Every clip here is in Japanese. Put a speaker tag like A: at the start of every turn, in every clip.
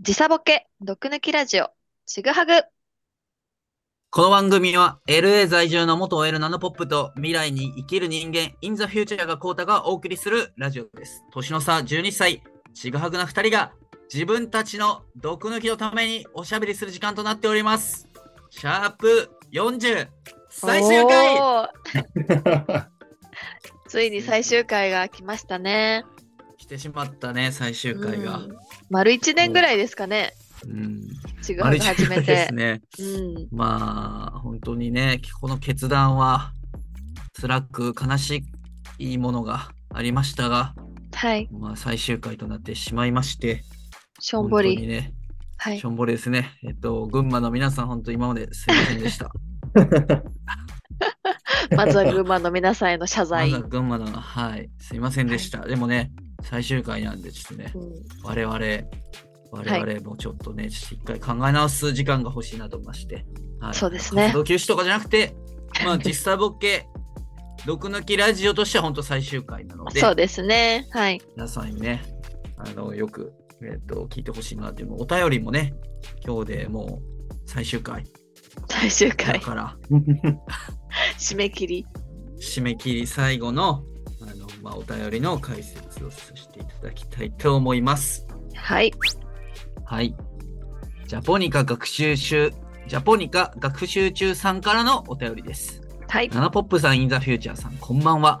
A: 時差ボケ、毒抜きラジオ、ちぐはぐ。
B: この番組は LA 在住の元 OL ナノポップと未来に生きる人間 in the future がコータがお送りするラジオです。年の差12歳、ちぐはぐな2人が自分たちの毒抜きのためにおしゃべりする時間となっております。シャープ40最終回
A: おー ついに最終回が来ましたね。
B: 来てしまったね、最終回が。
A: うん丸一年ぐらいですかね、
B: うん。
A: ちぐは
B: 丸
A: ぐ
B: 一
A: 始め
B: 回で
A: て
B: す。ね。
A: うん、
B: まあ、本当にね、この決断は辛く悲しいものがありましたが、
A: はい、
B: まあ、最終回となってしまいまして、
A: しょんぼ
B: 本当
A: り。
B: にね、
A: はい
B: しょ、んぼりですね。えっと、群馬の皆さん、本当今まですいませんで した。
A: まずは群馬の皆さんへの謝
B: ま
A: 罪。
B: だ群馬の、はい、すいませんでした。でもね、最終回なんで、ちょっとね
A: う、ん
B: 我々、我々もちょっとね、ちょっと一回考え直す時間が欲しいなと思いまして、はい、
A: そうですね
B: 活動休止とかじゃなくて、まあ、実際ボケ、 毒抜きラジオとしては本当最終回なので、
A: そうですね。はい、
B: 皆さんにね、あの、よく、えっと、聞いてほしいなっていうのお便りもね、今日でもう最終回
A: 最終
B: だ
A: 回、
B: から、
A: 締め切り。
B: 締め切り最後の、あの、まあ、お便りの解説をさせていただきたいと思います。
A: はい、
B: はい。ジャポニカ学習中、ジャポニカ学習中さんからのお便りです。
A: はい、
B: ナナポップさん、インザフューチャーさん、こんばんは。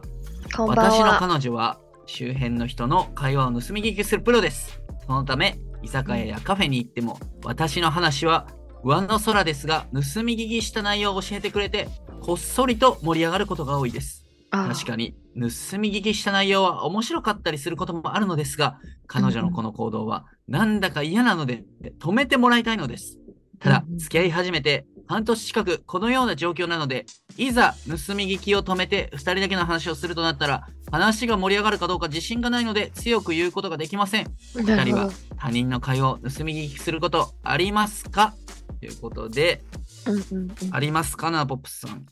A: こんばん
B: 私の
A: は。
B: 彼女は周辺の人の会話を盗み聞きするプロです。そのため、居酒屋やカフェに行っても、私の話は上の空ですが、盗み聞きした内容を教えてくれて、こっそりと盛り上がることが多いです。
A: あ
B: 確かに、盗み聞きした内容は面白かったりすることもあるのですが、彼女のこの行動はなんだか嫌なので、止めてもらいたいのです。ただ
A: う、ん
B: 付き合い始めて半年近くこのような状況なので、いざ盗み聞きを止めて2人だけの話をするとなったら、話が盛り上がるかどうか自信がないので強く言うことができません。
A: ー
B: 2
A: なる
B: 人
A: ほ
B: は他人の会話を盗み聞きすることありますかということで、
A: どうんうんうん
B: ありますかな、ポップスさん。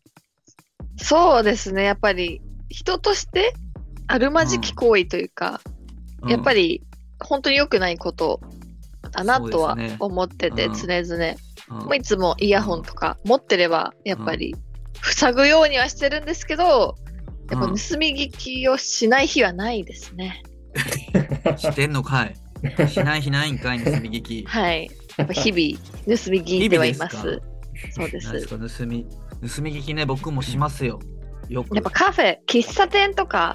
A: そうですね、やっぱり人としてあるまじき行為というか、
B: うん
A: やっぱり本当に良くないことだなと
B: そ
A: は
B: うですね
A: 思ってて、
B: うん
A: 常々、
B: うん
A: もういつもイヤホンとか持ってれば、やっぱり塞ぐようにはしてるんですけど、やっぱ
B: うん
A: 盗み聞きをしない日はないですね。
B: してんのかい。しないしないんかい、盗み聞き。
A: はい。やっぱ日 々、盗み聞いてはいます。
B: 日々で
A: そうで
B: 何です
A: す。
B: か、盗み。盗み聞きね、僕もしますよ。よく。
A: やっぱカフェ、喫茶店とか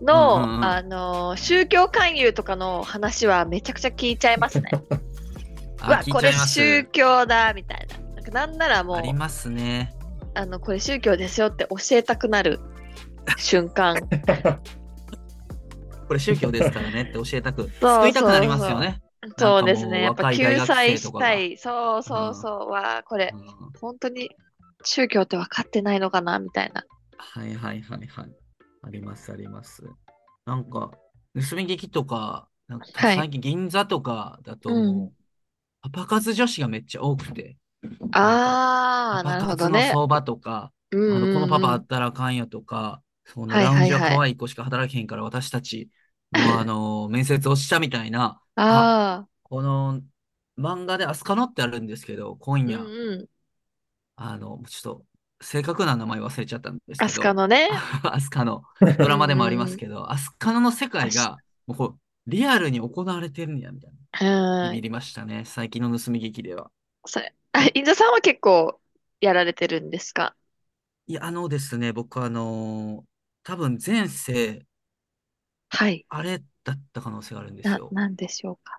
A: の、
B: うんうんうん
A: あのー宗教勧誘とかの話はめちゃくちゃ聞いちゃいますね。う
B: あ
A: わ、
B: 聞い
A: こ
B: ちゃ
A: れ
B: います
A: 宗教だみたいな。なんかなんならもう
B: ありますね。
A: あの、これ宗教ですよって教えたく なる瞬間。
B: これ宗教ですからねって教えたく、
A: そう
B: 救いたくなりますよね。
A: そうですね。や
B: な
A: っ
B: んかも
A: ぱ
B: う
A: 救済し
B: 若
A: た
B: い
A: い。そうそうそう。わあ、これ
B: う、ん
A: 本当に宗教って分かってないのかなみたいな。
B: はいはいはいはい。ありますあります。なんか、盗み聞きとか、なんか
A: はい
B: 最近銀座とかだと、
A: うん
B: パパ活女子がめっちゃ多くて、
A: あー、
B: パ
A: なる
B: パ
A: ほ
B: 活
A: ど
B: の
A: ね。
B: 相場とか、
A: うん
B: あ
A: うん
B: の
A: うん
B: このパパあったらあかんよとか、その
A: はい
B: ラ
A: はいはい
B: ウンジは可愛い子しか働けへんから私たち、もう あの、面接をしたみたいな、
A: あ
B: この漫画でアスカノってあるんですけど、今
A: ー、
B: 夜
A: う、んうん。
B: あの、ちょっと正確な名前忘れちゃったんですけ
A: ア
B: ど、
A: スカのね。
B: アスカのドラマでもありますけど、アスカノの世界がもうこうリアルに行われてるんやみたい
A: う
B: な。
A: ん
B: ビ。ビりましたね、最近の盗み劇では。
A: それあ、インザさんは結構やられてるんですか
B: いや、あのですね、僕あのー多分前世、
A: はい。
B: あれだった可能性があるんです
A: な、
B: よ。
A: なんでしょうか。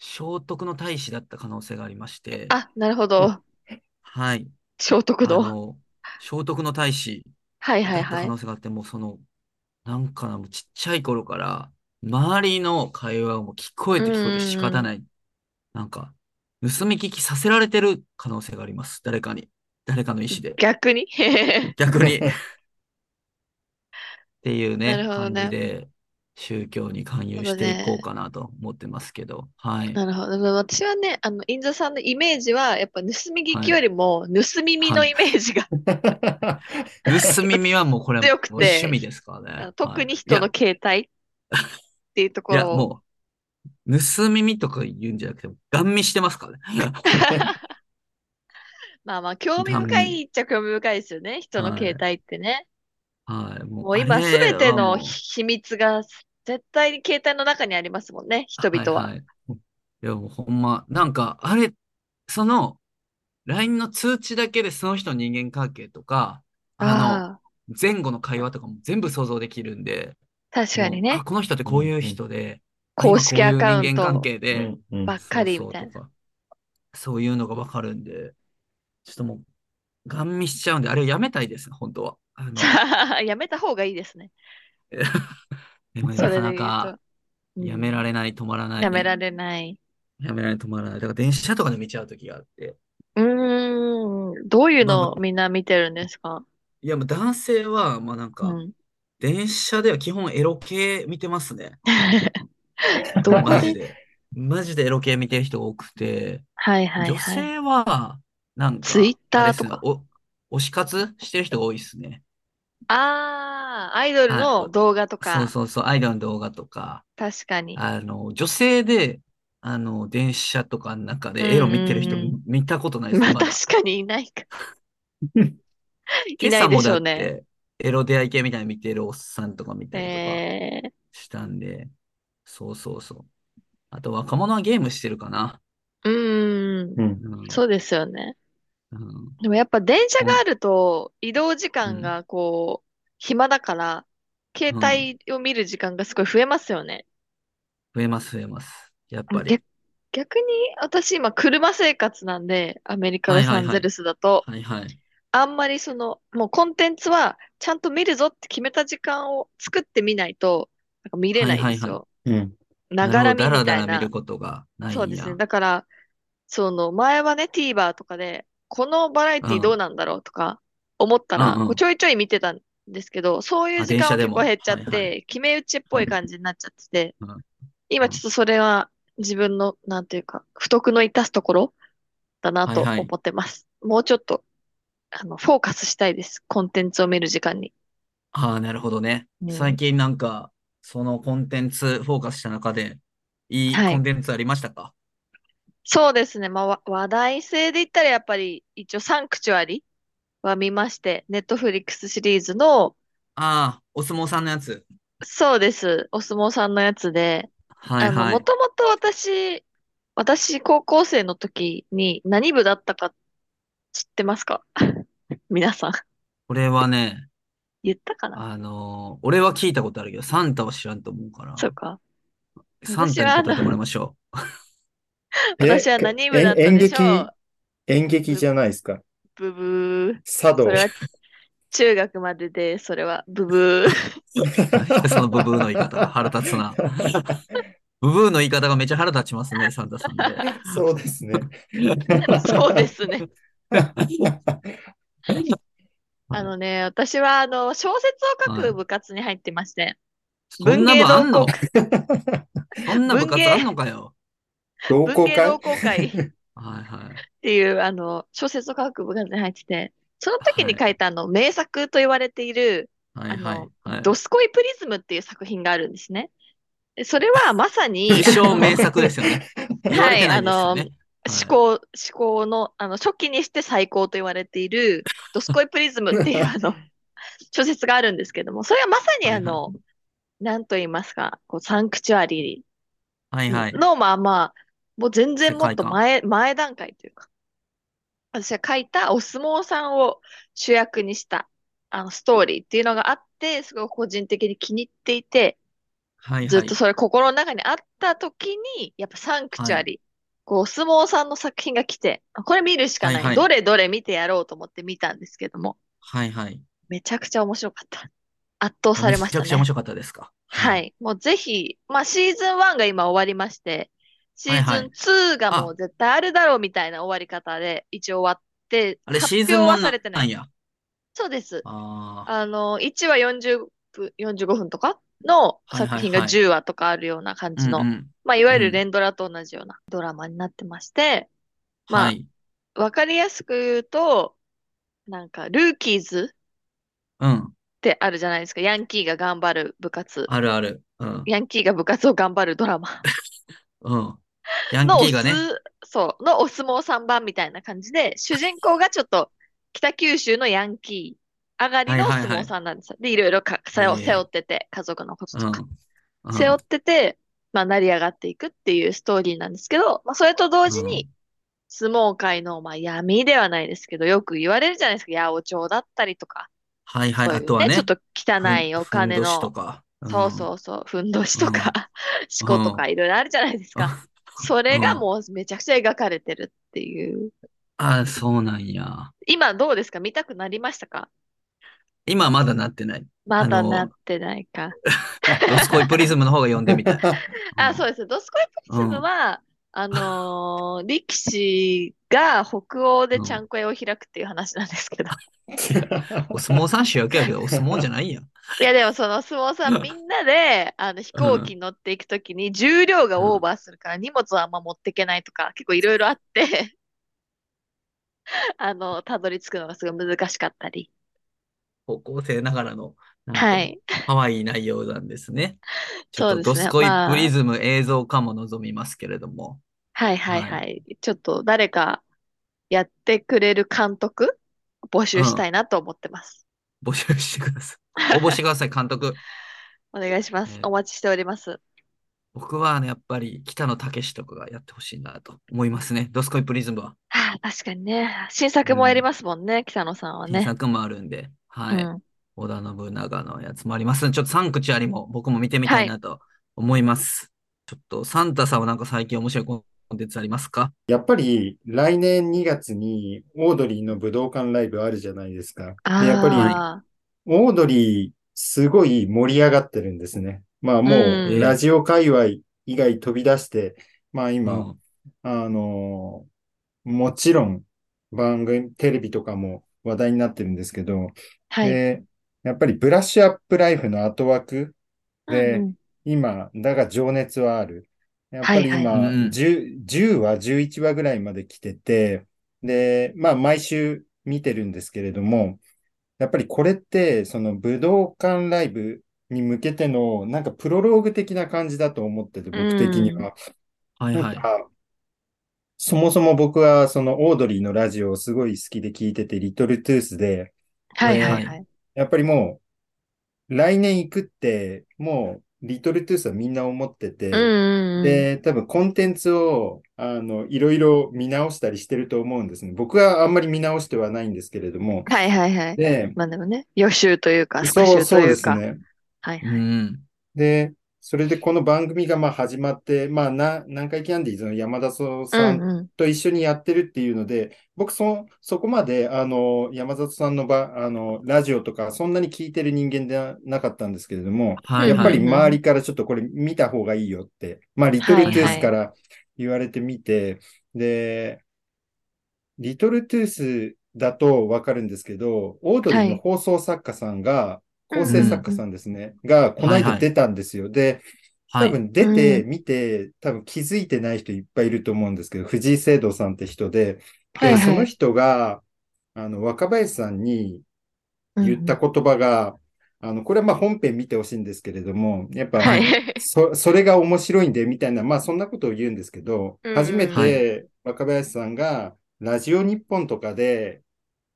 B: 聖徳の大使だった可能性がありまして、
A: あ、なるほど。
B: はい、
A: 聖
B: あ
A: 徳の。
B: の、聖徳の大使
A: はい
B: だ
A: はい
B: った
A: は
B: 可
A: い。
B: 能性があって、もうその、なんかな、もうちっちゃい頃から、周りの会話をもう聞こえて聞こえて仕方ない。なんか、盗み聞きさせられてる可能性があります。誰かに。誰かの意思で。
A: 逆に
B: 逆に。っていうね、
A: なるほど
B: 感
A: ね
B: じで、宗教に勧誘していこうかなと思ってますけど、はい。
A: なるほど。でも私はね、あの、インザさんのイメージは、やっぱ盗み聞きよりも、盗み見のイメージが、
B: 盗み見はもうこれ、
A: 強くて
B: もう趣味ですか
A: あ
B: らね。は
A: の
B: い
A: 特に人の携帯っていうと
B: い
A: こ
B: や、いや
A: ろを、
B: も盗み見とか言うんじゃなくて、ガン見してますから ね。
A: まあまあ、興味深いっちゃ興味深いですよね。人の携帯ってね。
B: はい。も
A: もう今すべての
B: 人
A: 秘密が絶対に携帯の中にありますもんね、人々は。
B: いい、いや、もうほんま、なんか、あれ、その、LINE の通知だけでその人の人間関係とか、あ
A: ああ、
B: の、前後の会話とかも全部想像できるんで、
A: 確かにね
B: もうあ、この人ってこういう人で、
A: うん公式
B: あ今こうい
A: アカウ
B: う
A: ン
B: 人
A: ト
B: 間関係で、
C: うんうん
A: ばっかりみたいな
B: そうそうとかそういうのがわかるんで、ちょっともう、ガン見しちゃうんで、あれやめたいです、本当は。 あの
A: やめた方がいいですね。
B: でもね
A: そ
B: な
A: れで
B: かな
A: 言うと。
B: か
A: うん
B: やめられない、止まらない。
A: やめられない。
B: やめられない、止まらない。だから電車とかで見ちゃう時があって。
A: うーん、どういう
B: まあ
A: の
B: ま
A: みんな見てるんですか
B: いや、もう男性は、まあなん
A: う
B: か、
A: ん。
B: 電車では基本エロ系見てますね。
A: どこ
B: マジ
A: で
B: で。マジでエロ系見てる人多くて、
A: はいはい
B: 女
A: はい。
B: 性は、なんか、
A: ツイッター
B: あれっすね
A: とか
B: お、推し活してる人が多いですね。
A: ああ、アイドルの動画と
B: そう
A: か、
B: そうそう、アイドルの動画とか、
A: 確かに。
B: あの、女性で、あの、電車とかの中
A: うん
B: でエロ見てる人
A: うんうん
B: 見たことないで す。
A: まあ
B: まだ
A: 確かにいない か。い
B: 今
A: ない
B: 朝
A: で
B: も
A: しょ
B: だ
A: う
B: っ
A: ね。
B: て、エロ出会い系みたいに見てるおっさんとか見たりとか
A: えー
B: したんで、そうそうそう。あと、若者はゲームしてるかな。
A: うーん、
C: うん
B: うん
A: そうですよね。
B: うん
A: でもやっぱ電車があると移動時間がこう、暇だから、携帯を見る時間がすごい増えますよね。
B: 増えます、増えます。やっぱり。
A: 逆逆に私今車生活なんで、アメリカ・
B: は
A: ロ
B: いはい
A: サ
B: はい
A: ンゼルスだと、
B: はいはい。
A: あんまりその、もうコンテンツはちゃんと見るぞって決めた時間を作ってみないと、なんか見れないんです
B: はいはい
A: よ。
C: うん。
A: ながら
B: なるほど
A: みみた
B: だらだ
A: い
B: ら見
A: な。
B: ることがない
A: そうんです
B: や。
A: ね。だから、その前はね、TVer とかで、このバラエティどうなんだろうとか思ったら、
B: うんうん
A: こうちょいちょい見てたんですけど、そういう
B: あ
A: 時間は
B: 電車で
A: 結
B: も
A: 構減っちゃっ
B: はいは
A: て、決め打ちっぽい感じになっちゃってて
B: うん、
A: 今ちょっとそれは自分の、なんていうか、不徳の致すところだなと
B: はいはい
A: 思ってます。もうちょっと、あの、フォーカスしたいです。コンテンツを見る時間に。
B: ああ、なるほどね
A: う。ん
B: 最近なんか、そのコンテンツフォーカスした中で、いい
A: はい
B: コンテンツありましたか
A: そうですね。まあ、わ話題性で言ったらやっぱり一応サンクチュアリは見まして、ネットフリックスシリーズの、
B: ああ、お相撲さんのやつ。
A: そうです。お相撲さんのやつで、
B: はい
A: あの、
B: はい。
A: もともと私、私高校生の時に何部だったか知ってますか 皆さん。
B: これはね、
A: 言ったかな
B: あのー俺は聞いたことあるけど、サンタは知らんと思うから、
A: そうか。
B: サンタに答えてもらいましょ
A: 私は何部だったでしょう
C: え演劇じゃないですか。
A: ブブ
C: 茶
A: ー。
C: 道
A: そ。れは中学までで、それはブブー。
B: う。そのブブーの言い方が腹立 つな。ブブーの言い方がめっちゃ腹立ちますね、サンタさ んで。
C: そうですね。
A: そうですね。
B: はい
A: あのね、私はあの、小説を書く部活に入ってまして、
B: そんな部あんの
A: 文
B: そんな部活
A: 文芸
B: あんのかよ。
C: 同
A: 文
C: 好
A: 芸
C: 会
A: 同好会っ
B: はいはい。
A: ていう、あの、小説を書く部活に入ってて、その時に書いたあの、名作と言われている、
B: はいはいはい。
A: ドスコイプリズムっていう作品があるんですね。でそれはまさに、
B: 一生名作ですよね。言われてないですよ
A: はいあの
B: ね。
A: 思考、思考の、あの、初期にして最高と言われている、ドスコイプリズムっていう、あの、小説があるんですけども、それはまさにあの、なんと言いますか、こう、サンクチュアリ
B: はい
A: ー
B: はい。
A: の、まあまあ、もう全然もっと
B: 世界観
A: 前、前段階というか、私が書いたお相撲さんを主役にした、あの、ストーリーっていうのがあって、すごい個人的に気に入っていて、
B: はい
A: ずっ
B: は
A: と
B: い。
A: それ心の中にあった時に、やっぱサンクチュアリー、こう、お相撲さんの作品が来て、あこれ見るしかない。
B: はいはい
A: どれどれ見てやろうと思って見たんですけども、
B: はいはい。
A: めちゃくちゃ面白かった。圧倒されました
B: めちゃくちゃ面
A: ね。
B: 白かったですか。
A: は。い。もうぜひ、まあシーズン1が今終わりまして、シ
B: はいはい
A: ーズン2がもう絶対あるだろうみたいな終わり方で一応終わって、
B: あれ、
A: 発
B: シーズン
A: 表は
B: 1
A: されてな。
B: ないんや。
A: そうです。
B: あ
A: あの、1話40分、45分とかの作品が
B: はいはい
A: 10話とかあるような感
B: あ。
A: じの
B: うんうん
A: まあ、いわゆ
B: う
A: る
B: ん
A: 連ドラと同じようなドラマになってまして、まあ
B: はい。
A: わかりやすく言うと、なんか、ルーキーズ
B: うん。
A: ってあるじゃないですか。ヤンキーが頑張る部活。
B: あるある。うん。
A: ヤンキーが部活を頑張るドラマ。
B: うん。ヤン
A: の
B: キーがね
A: お。す、そう、のお相撲さん版みたいな感じで、主人公がちょっと北九州のヤンキー上がりのお
B: はいはい
A: 相
B: はい
A: 撲さんなんですよ。で、いろいろか背負
B: ええ
A: 背負ってて、家族のこと
B: うん
A: とか。。
B: うん
A: 背負ってて、まあ、成り上がっていくっていうストーリーなんですけど、まあ、それと同時に、相撲界の、まあ、闇ではないですけど、よく言われるじゃないですか。八百長だったりとか、
B: はいはい。
A: そうい
B: あ
A: う
B: とは
A: ね、
B: ね
A: ちょっ、と汚いお金
B: ふんど
A: の
B: しとか。
A: そう
B: うん。
A: そうそう、ふんどしとか、 しことか、いろいろあるじゃないです
B: うん
A: か。それが
B: うん
A: もうめちゃくちゃ描かれてるっていう。
B: あ、そうなんや。
A: 今どうですか見たくなりましたか
B: 今まだなって ない。
A: まだ
B: あの
A: なってないか。
B: ドスコイプリズムの方が読んでみ たい。
A: あ、
B: う
A: そ
B: ん。
A: うです。ドスコイプリズムは、あのー、力士が北欧でちゃんこ屋を開くっていう話なんですけど。
B: お相撲さん主役やけど、お相撲じゃないやん。
A: いや、でもその相撲さ
B: うんん
A: みんなで、あの、飛行機に乗っていくときに重量がオーバーするから荷物はあんま持ってけないとか、結構いろいろあって、 あの、たどり着くのがすごい難しかったり。
B: 高校生ながらの、なんか
A: はい。
B: かわいい内容なんですね。ちょっ
A: そう
B: と
A: ですね
B: ドスコイ
A: まあ
B: プリズム映像化も望みますけれども。
A: はいはい
B: はい
A: はい。ちょっと誰かやってくれる監督募集したいなと思ってます。
B: 募集してくださ い。応募してください、監督。
A: お願いします
B: ね。
A: お待ちしております。
B: 僕はね、やっぱり北野武とかがやってほしいなと思いますね。ドスコイプリズムは。
A: はあ、確かにね。新作もやりますもんね、北野さんは
B: 新
A: ね。
B: 作もあるんで、
A: う
B: はい。
A: ん。
B: 織田信長のやつもありますので、ちょっとサンクチュアリも僕も見てみたいなと思います。ちょっとサンタさんはなんか最近面白いコンテンツありますか
C: やっぱり来年2月にオードリーの武道館ライブあるじゃないですか。で、やっぱり
A: あ
C: オードリーすごい盛り上がってるんですね。まあもううんラジオ界隈以外飛び出して、まあ
B: う
C: 今、
B: ん
C: あのーもちろん番組、テレビとかも話題になってるんですけど、
A: あ、はい。
C: で、やっぱりブラッシュアップライフの後枠で、
A: うんうん
C: 今、だが情熱はある。やっぱり
A: はい
C: 今、
B: はいうん
C: 10、10話、11話ぐらいまで来てて、で、まあ毎週見てるんですけれども、やっぱりこれって、その武道館ライブに向けての、なんかプロローグ的な感じだと思ってて、僕的には。
B: はい
C: な
B: は
C: ん
B: い。
C: か、そもそも僕はそのオードリーのラジオをすごい好きで聞いてて、リトルトゥースで、
A: はい
B: ね
A: はいはい。
C: やっぱりもう、来年行くって、もう、リトルトゥースはみんな思ってて、
A: うんうんうん。
C: で、多分コンテンツを、あの、いろいろ見直したりしてると思うんですね。僕はあんまり見直してはないんですけれども。
A: はいはいはい。
C: で、
A: まあでもね、予習というか、
C: そ
A: 復
C: う、
A: 習
C: そう
A: とい
C: で
A: う
C: す
A: か。
C: ね。
A: はいは
B: う
A: い。
B: ん。
C: で、それでこの番組がまあ始まって、まあ、な、南海キャンディーズの山田さ
A: う
C: ん
A: んうん。
C: と一緒にやってるっていうので、僕そ、そこまで、あの、山里さんのば、あの、ラジオとか、そんなに聞いてる人間ではなかったんですけれども、
B: はい
C: やっぱ
B: は
C: り
B: い。
C: 周りからちょっとこれ見た方がいいよって、まあ、リトルトゥースから言われてみて、で、リトルトゥースだとわかるんですけど、オードリーの放送作家さんが、
A: はい
C: 構成作家さんですね、が、この
B: はいは
C: 間
B: い
C: 出たんですよ。で、
B: は
C: 多
B: い。
C: 分出て、
A: う
C: 見て、多分気づいてない人いっぱいいると思うんですけど、藤井聖堂さんって人で、
A: はい
C: で、
A: はい
C: その人が、あの、若林さんに言った言葉が、あの、これはまあ本編見てほしいんですけれども、やっぱ、
A: はい。
C: そ、それが面白いんで、みたいな、まあそんなことを言うんですけど
A: うん、
C: 初め
B: は
C: て若林さんが、ラジオ日本とかで、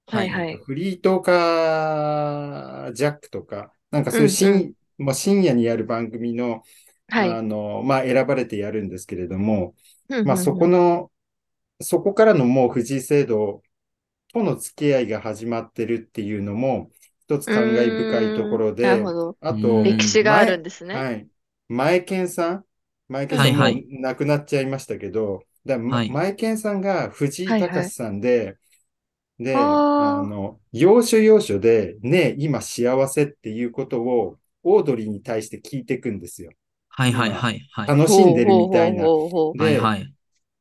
A: はいはい。
C: フリートーカージャックとか、なんかそういう
A: うん
C: 深、まあ、深夜にやる番組の、
A: はい。
C: あの、まあ選ばれてやるんですけれども、
A: うん
C: まあ
A: うん
C: そこ
A: うん。
C: の、そこからのもう藤井聖堂との付き合いが始まってるっていうのも、一つ感慨深いところ
A: うーんな
C: で
A: るほ、ど。
C: あと、
B: うん
A: 歴史があるんですね。
C: はい。前健さん、前健さんも
B: はいはいう
C: 亡くなっちゃいましたけど、だま
B: はい
C: 前健さんが藤井
A: はいはい
C: 隆さんで、で、
A: あー
C: あの、要所要所で、ねえ、今幸せっていうことを、オードリーに対して聞いていくんですよ。
B: はいはいはいはい。
C: 楽しんでるみたいな。
A: ほうほうほうほう
C: で
B: はいはい。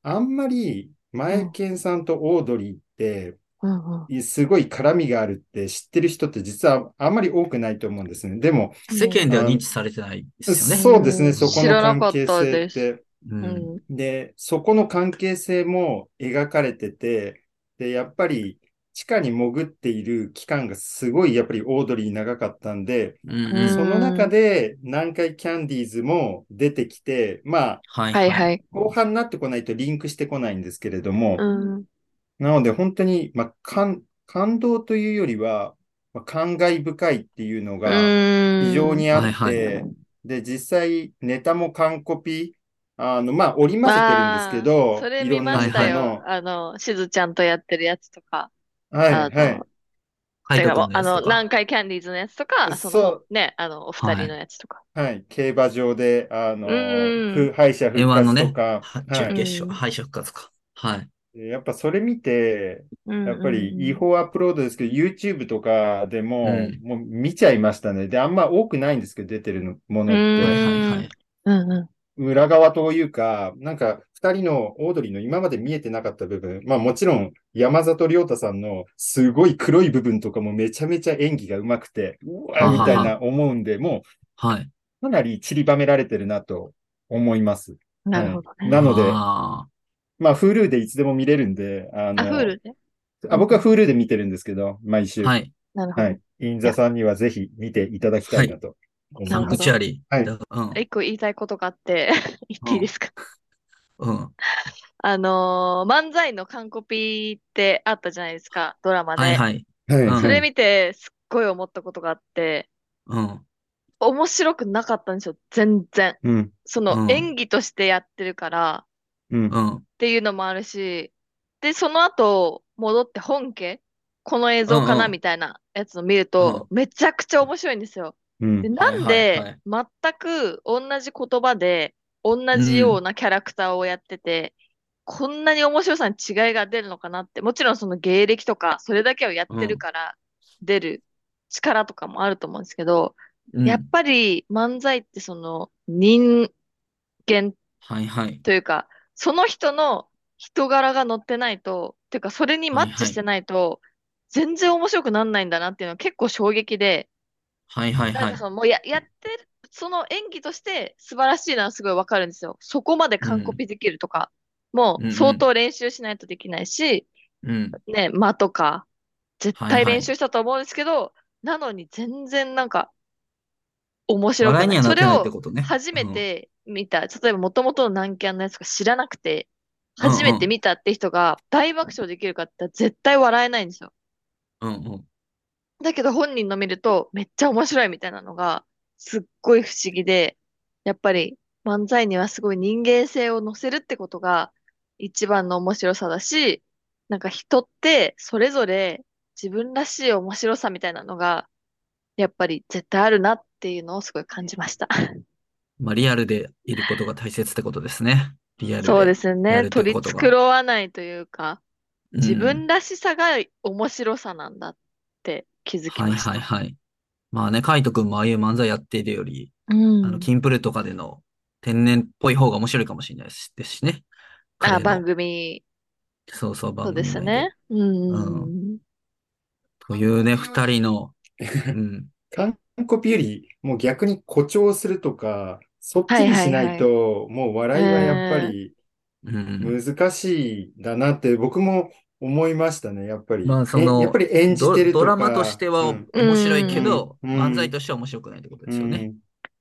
C: あんまり、前健さんとオードリーって、
A: うんうん
C: すごい絡みがあるって知ってる人って実はあんまり多くないと思うんですね。でも、
B: 世間では認知されてないですよね。
C: そうですね、そこ
A: 知
C: の
A: らな
C: 関
A: かっ
C: 係
A: た
C: 性
A: で
C: っ
A: す
C: て。
B: う。
A: うんん
C: で、そこの関係性も描かれてて、で、やっぱり地下に潜っている期間がすごいやっぱりオードリー長かったんで、
B: うん
A: うん
C: その中で南海キャンディーズも出てきて、まあ、
B: はい。
A: はいはいい。
C: 後半になってこないとリンクしてこないんですけれども、
A: うん。
C: なので本当に、まあ、感、感動というよりは、まあ、感慨深いっていうのが、非常にあって、
B: はいは
C: で、実際、ネタも完コピ、あの、まあ、織り交ぜてるんですけ
A: あー
C: ど、
A: それ
C: い
A: 見
C: ろんな
A: ました
C: 人
A: よ。あの、しずちゃんとやってるやつとか、
C: の。はい、
A: あの
C: はい。
B: はい、
A: だから
B: どうぞ
A: あの、
B: どうぞ
A: 南海キャンディーズのやつとか、そ
C: そ
A: の
C: う
A: ね、あの、お二人のやつとか。
C: はい。競馬場で、あの、
A: うん
C: ふ敗者復
B: M1 の
C: 活
B: ね
C: とか、
B: は
C: は
B: 準決
A: う
B: 勝、
A: ん
B: 敗者復活か。はい。
C: い。やっぱそれ見て、や
A: や
C: っぱり違法アップロードですけど、YouTube とかでも、
B: うん
C: もう見ちゃいましたね。で、あんま多くないんですけど、出てるのもの
A: う
B: は
A: ん
B: い
C: って。
B: はいはい。
A: うんう
C: 裏側というか、なんか、二人のオードリーの今まで見えてなかった部分、まあもちろん、山里亮太さんのすごい黒い部分とかもめちゃめちゃ演技が上手くて、うわ
B: あは
C: ーみ
B: は
C: たいな思うんで、も
B: はい。
C: うかなり散りばめられてるなと思います。
A: ん。なるほどね。
C: なので、
B: あ
C: まあ Hulu でいつでも見れるんで、あ
A: あ、
C: の、
A: フールね。
C: あ僕は Hulu で見てるんですけど、毎週。
B: ーはい。
A: なるほ
C: は
A: ど。
C: い。インザさんにはぜひ見ていただきたいなと思い
A: なるほ
B: 3
C: ま
A: ど
C: す。
B: 口あり。
C: はい
B: だうん。
A: 一個言いたいことがあって、 言っていいですか
B: うん。
A: あのー漫才の完コピってあったじゃないですか、ドラマ
B: はい
A: で。
B: はい。
C: はい
B: うん
A: それ見て、すっごい思ったことがあって、
B: うん。
A: 面白くなかったんですよ、全然。
C: うん。
A: そうの
B: ん
A: 演技としてやってるから
C: うん。
B: うん。
A: っていうのもあるし、で、その後戻って本家、この映像か
B: うんう
A: なんみたいなやつを見ると、めちゃくちゃ面白いんですよ。
C: うん
A: で、。
B: は
A: ないん
B: はいは
A: で
B: い
A: 全く同じ言葉で同じようなキャラクターをやってて、こんなに面白さに違いが出るのかなって、もちろんその芸歴とか、それだけをやってるから出る力とかもあると思うんですけど、
B: うん
A: やっぱり漫才ってその人間
B: はいはい。
A: というか、その人の人柄が乗ってないと、ていうかそれにマッチしてないと、全然面白くなんないんだなっていうのは結構衝撃で、
B: はいはい
A: な
B: は
A: ん
B: い
A: か。その、もうや、やってる、その演技として素晴らしいのはすごいわかるんですよ。そこまで完コピできるとか、も
B: うんう
A: うん相当練習しないとできないし、
B: うん。
A: ね、間とか、絶
B: はいは
A: 対
B: い
A: 練習したと思うんですけど、なのに全然なんか、面白く
B: 笑い
A: な
B: に
A: い。そ
B: はなって
A: れ
B: ない
A: を
B: ってことね。
A: 初めて見た、例えば元々の南キャンのやつが知らなくて、初めて見たって人が大爆笑できるかって言ったら絶対笑えないんですよ。
B: うん。うんうん。
A: だけど本人の見るとめっちゃ面白いみたいなのがすっごい不思議で、やっぱり漫才にはすごい人間性を乗せるってことが一番の面白さだし、なんか人ってそれぞれ自分らしい面白さみたいなのがやっぱり絶対あるなっていうのをすごい感じました。
B: まあ、リアルでいることが大切ってことですね。リアルで。
A: そうです
B: や
A: ね。
B: るとい
A: 取
B: うこ
A: り
B: とが
A: 繕わないというか、
B: うん。
A: 自分らしさが面白さなんだって気づき
B: はい
A: まし
B: は
A: た。
B: いはい。まあね、カイト君もああいう漫才やっているより、
A: うん
B: あの、キンプルとかでの天然っぽい方が面白いかもしれないですですしね。彼
A: あ、
B: の
A: 番組
B: そうそう、番
A: そうで
B: 組
A: す
B: 内
A: ね。うんうん
B: う
A: うん。
B: というね、二 人の、うん、
C: 完コピより、もう逆に誇張するとか、そっちにしないと、もう笑いはやっぱり
B: うん。
C: 難しいだなって僕も思いましたね、やっぱり。
B: まあその
C: えやっぱり演じ
B: ド、
C: てると
B: ド
C: か。
B: ラマとしては
C: うん
B: 面白いけど、
C: うんうん
B: 漫才としては面白くないってことですよね。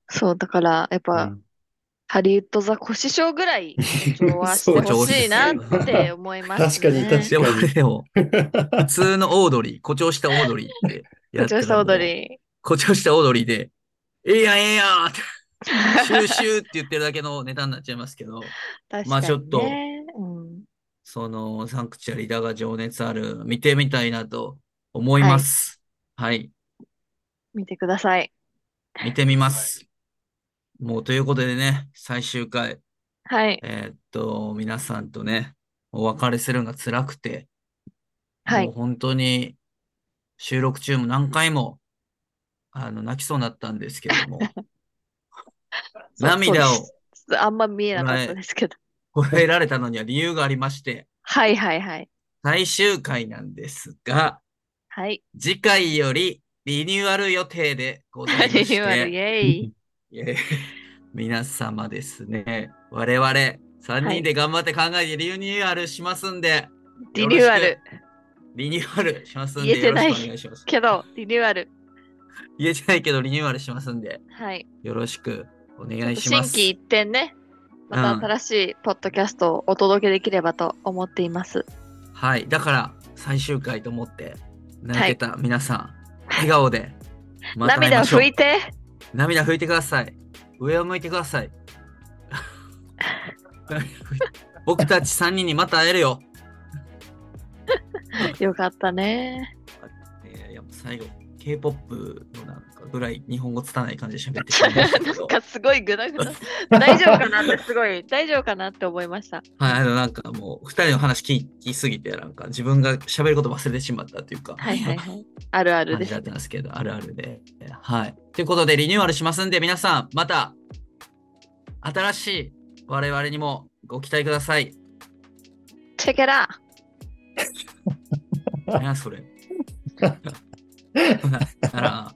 A: そう、だから、やっ
C: うん
A: ぱ、 ハリウッドザコシショウぐら い、調和し
C: そう
A: てほしいなって思いますね。
C: 誇張し
B: でもあ
C: 確かに
B: れを、
C: うん
B: 普通のオードリー、誇張したオードリーってやって
A: 誇張した
B: た
A: オ
B: ん
A: ード
B: で、
A: リ
B: 誇張したオードリーで、ええやんええやんって、
A: ー。
B: シューシューって言ってるだけのネタになっちゃいますけど、
A: 確
B: まあ
A: か
B: ちょっ
A: に
B: と
A: ね。うん
B: そのサンクチュアリだが情熱ある、見てみたいなと思います。はい、
A: 見てください。
B: 見てみます。もうということでね、最終回、
A: はい。
B: えーっと、皆さんとね、お別れするのが辛くて、
A: はい
B: もう本当に収録中も何回も、あの、泣きそうになったんですけ ども、涙を
A: そうですあんま見えなかったですけど。
B: こらえられたのには理由がありまして、
A: はいはいはい。
B: 最終回なんですが、
A: はい。
B: 次回よりリニューアル予定でございまし
A: リニューアルイ
B: て、
A: ェイ。
B: えー皆様ですね、我々3人で頑張って考えてリニューアルしますんで、
A: リニューアル。
B: リニューアルしますん
A: 言
B: で、
A: え
B: よ
A: て
B: ろ
A: ない
B: しくお願いします。
A: けど、リニューアル。
B: 言えてないけど、リニューアルしますんで、
A: はい。
B: よろしくお願いし
A: 心心
B: ます。
A: 機一転ね。ま
B: うん
A: た新しいポッドキャストをお届けできればと思っています。
B: はい。だから、最終回と思って、泣けた皆さん、笑顔で、また会い
A: 涙
B: ま
A: を
B: しょう
A: 拭いて。
B: 涙拭いてください。上を向いてくだ さい。僕たち3人にまた会えるよ。
A: よかったね。
B: えー、やっぱ最後、K-POP のなんかぐらい日本語つたない感じで喋ってしまいましたけ
A: な
B: ど
A: ん、 かすごいグダグダ。大丈夫かなってすごい、大丈夫かなって思いました。
B: はい、あのなんかもう、2人の話聞きすぎて、なんか自分が喋ること忘れてしまったというか、
A: はいはい はい。あるある
B: 感
A: で
B: じだ
A: す
B: っ。たんですけど、あるあるで。はい。ということで、リニューアルしますんで、皆さん、また、新しい我々にもご期待ください。
A: チェケラ
B: 何やそれ。なら、